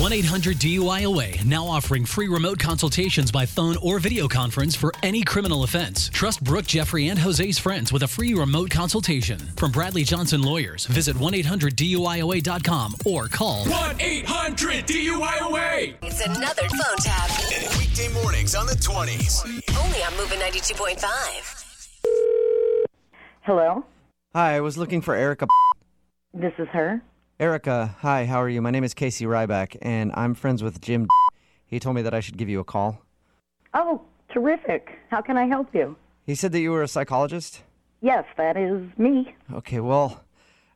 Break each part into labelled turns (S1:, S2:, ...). S1: 1 800 DUIOA now offering free remote consultations by phone or video conference for any criminal offense. Trust Brooke, Jeffrey, and Jose's friends with a free remote consultation. From Bradley Johnson Lawyers, visit 1 800 DUIOA.com or call
S2: 1 800 DUIOA.
S3: It's another phone tap.
S4: Weekday mornings on the 20s.
S3: Only on Moving 92.5.
S5: Hello,
S6: Hi, I was looking for Erica.
S5: this is her.
S6: Erica, hi, how are you? My name is Casey Ryback, and I'm friends with Jim. He told me that I should give you a call.
S5: Oh, terrific. How can I help you?
S6: He said that you were a psychologist?
S5: Yes, that is me.
S6: Okay, well,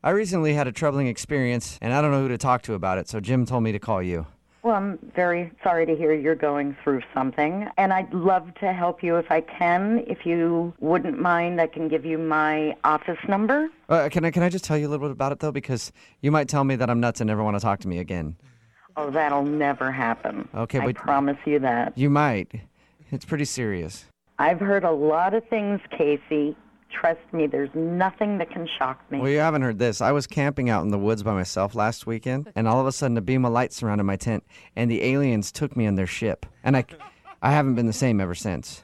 S6: I recently had a troubling experience, and I don't know who to talk to about it, so Jim told me to call you.
S5: Well, I'm very sorry to hear you're going through something, and I'd love to help you if I can. If you wouldn't mind, I can give you my office number.
S6: Uh, can, I, can I just tell you a little bit about it, though? Because you might tell me that I'm nuts and never want to talk to me again.
S5: Oh, that'll never happen.
S6: Okay,
S5: I
S6: but-
S5: promise you that.
S6: You might. It's pretty serious.
S5: I've heard a lot of things, Casey. Trust me, there's nothing that can shock me.
S6: Well, you haven't heard this. I was camping out in the woods by myself last weekend, and all of a sudden a beam of light surrounded my tent, and the aliens took me on their ship. And I, I haven't been the same ever since.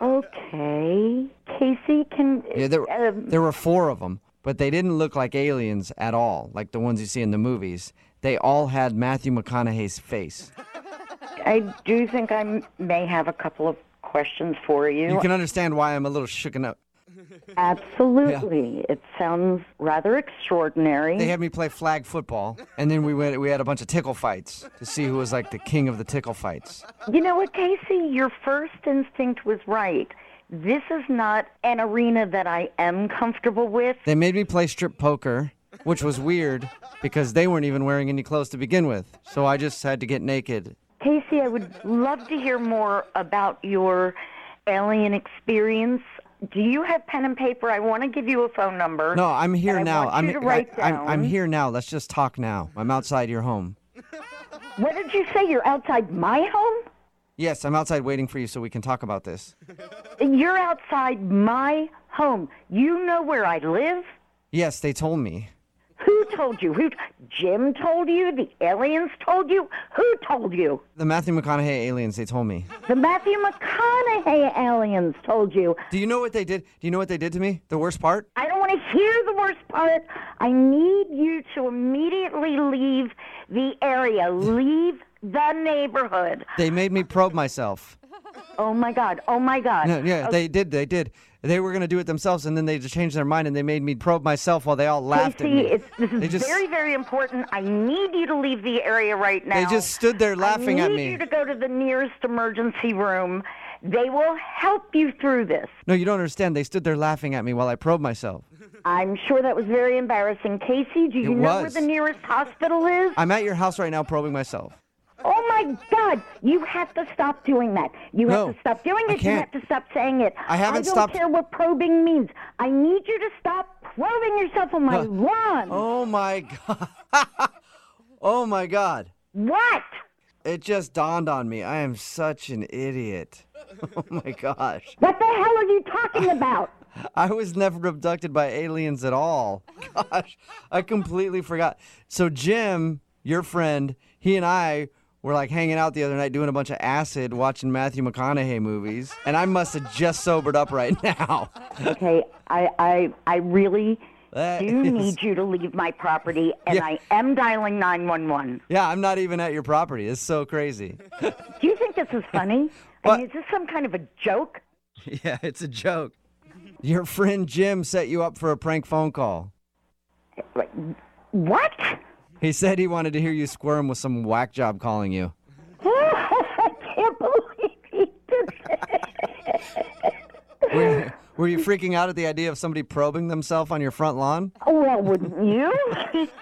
S5: Okay, Casey, can
S6: Yeah, there,
S5: um,
S6: there were four of them, but they didn't look like aliens at all, like the ones you see in the movies. They all had Matthew McConaughey's face.
S5: I do think I m- may have a couple of questions for you.
S6: You can understand why I'm a little shooken up.
S5: Absolutely. It sounds rather extraordinary.
S6: They had me play flag football, and then we went. We had a bunch of tickle fights to see who was like the king of the tickle fights.
S5: you know what, Casey? Your first instinct was right. This is not an arena that I am comfortable with.
S6: They made me play strip poker, which was weird because they weren't even wearing any clothes to begin with. So I just had to get naked.
S5: Casey, I would love to hear more about your alien experience. Do you have pen and paper? I want to give you a phone number.
S6: No, I'm here
S5: and I
S6: now.
S5: want
S6: I'm,
S5: you to write
S6: I, am
S5: down.
S6: I'm here now. Let's just talk now. I'm outside your home.
S5: What did you say? You're outside my home?
S6: Yes, I'm outside waiting for you so we can talk about this.
S5: You're outside my home. You know where I live?
S6: Yes, they told me.
S5: Who told you? Who? Jim told you? The aliens told you? Who told you?
S6: The Matthew McConaughey aliens, they told me.
S5: The Matthew McConaughey aliens told you.
S6: Do you know what they did? Do you know what they did to me? The worst part?
S5: I don't want to hear the worst part. I need you to immediately leave the area, leave the neighborhood.
S6: They made me probe myself.
S5: Oh my God. Oh my God.
S6: No, yeah, they did. They did. They were going to do it themselves and then they just changed their mind and they made me probe myself while they all laughed at
S5: Casey,
S6: me.
S5: it's, this
S6: They
S5: is
S6: just-
S5: very, very important. I need you to leave the area right now.
S6: They just stood there laughing
S5: I
S6: at
S5: need
S6: me.
S5: you to go to the nearest emergency room. They will help you through this.
S6: No, you don't understand. They stood there laughing at me while I probed myself.
S5: I'm sure that was very embarrassing. Casey, do you
S6: It
S5: know where
S6: was.
S5: the nearest hospital is?
S6: I'm at your house right now probing myself.
S5: oh my God! You have to stop doing that. You
S6: No,
S5: have to stop doing
S6: I
S5: it. You have
S6: can't.
S5: to stop saying it.
S6: I haven't
S5: don't
S6: stopped-
S5: care what probing means. I need you to stop probing yourself on my lawn.
S6: Oh my god. oh my god.
S5: What?
S6: It just dawned on me. I am such an idiot. Oh my gosh.
S5: What the hell are you talking about?
S6: I was never abducted by aliens at all. Gosh, I completely forgot. So Jim, your friend, he and I were like hanging out the other night doing a bunch of acid, watching Matthew McConaughey movies, and I must have just sobered up right now.
S5: okay, I, I, I really
S6: That
S5: do
S6: is-
S5: need you to leave my property, and
S6: Yeah.
S5: I am dialing 911.
S6: Yeah, I'm not even at your property. It's so crazy.
S5: Do you think this is funny? I
S6: But-
S5: mean, is this some kind of a joke?
S6: Yeah, it's a joke. Your friend Jim set you up for a prank phone call.
S5: What?
S6: He said he wanted to hear you squirm with some whack job calling you.
S5: I can't believe he did that.
S6: Were, were you freaking out at the idea of somebody probing themselves on your front lawn?
S5: Well, wouldn't you?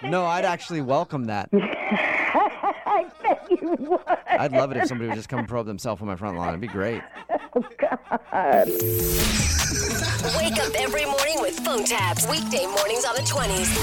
S6: No, I'd actually welcome that.
S5: I bet you would.
S6: I'd love it if somebody would just come probe themselves on my front lawn. It'd be great.
S3: Wake up every morning with phone taps. Weekday mornings on the 20s.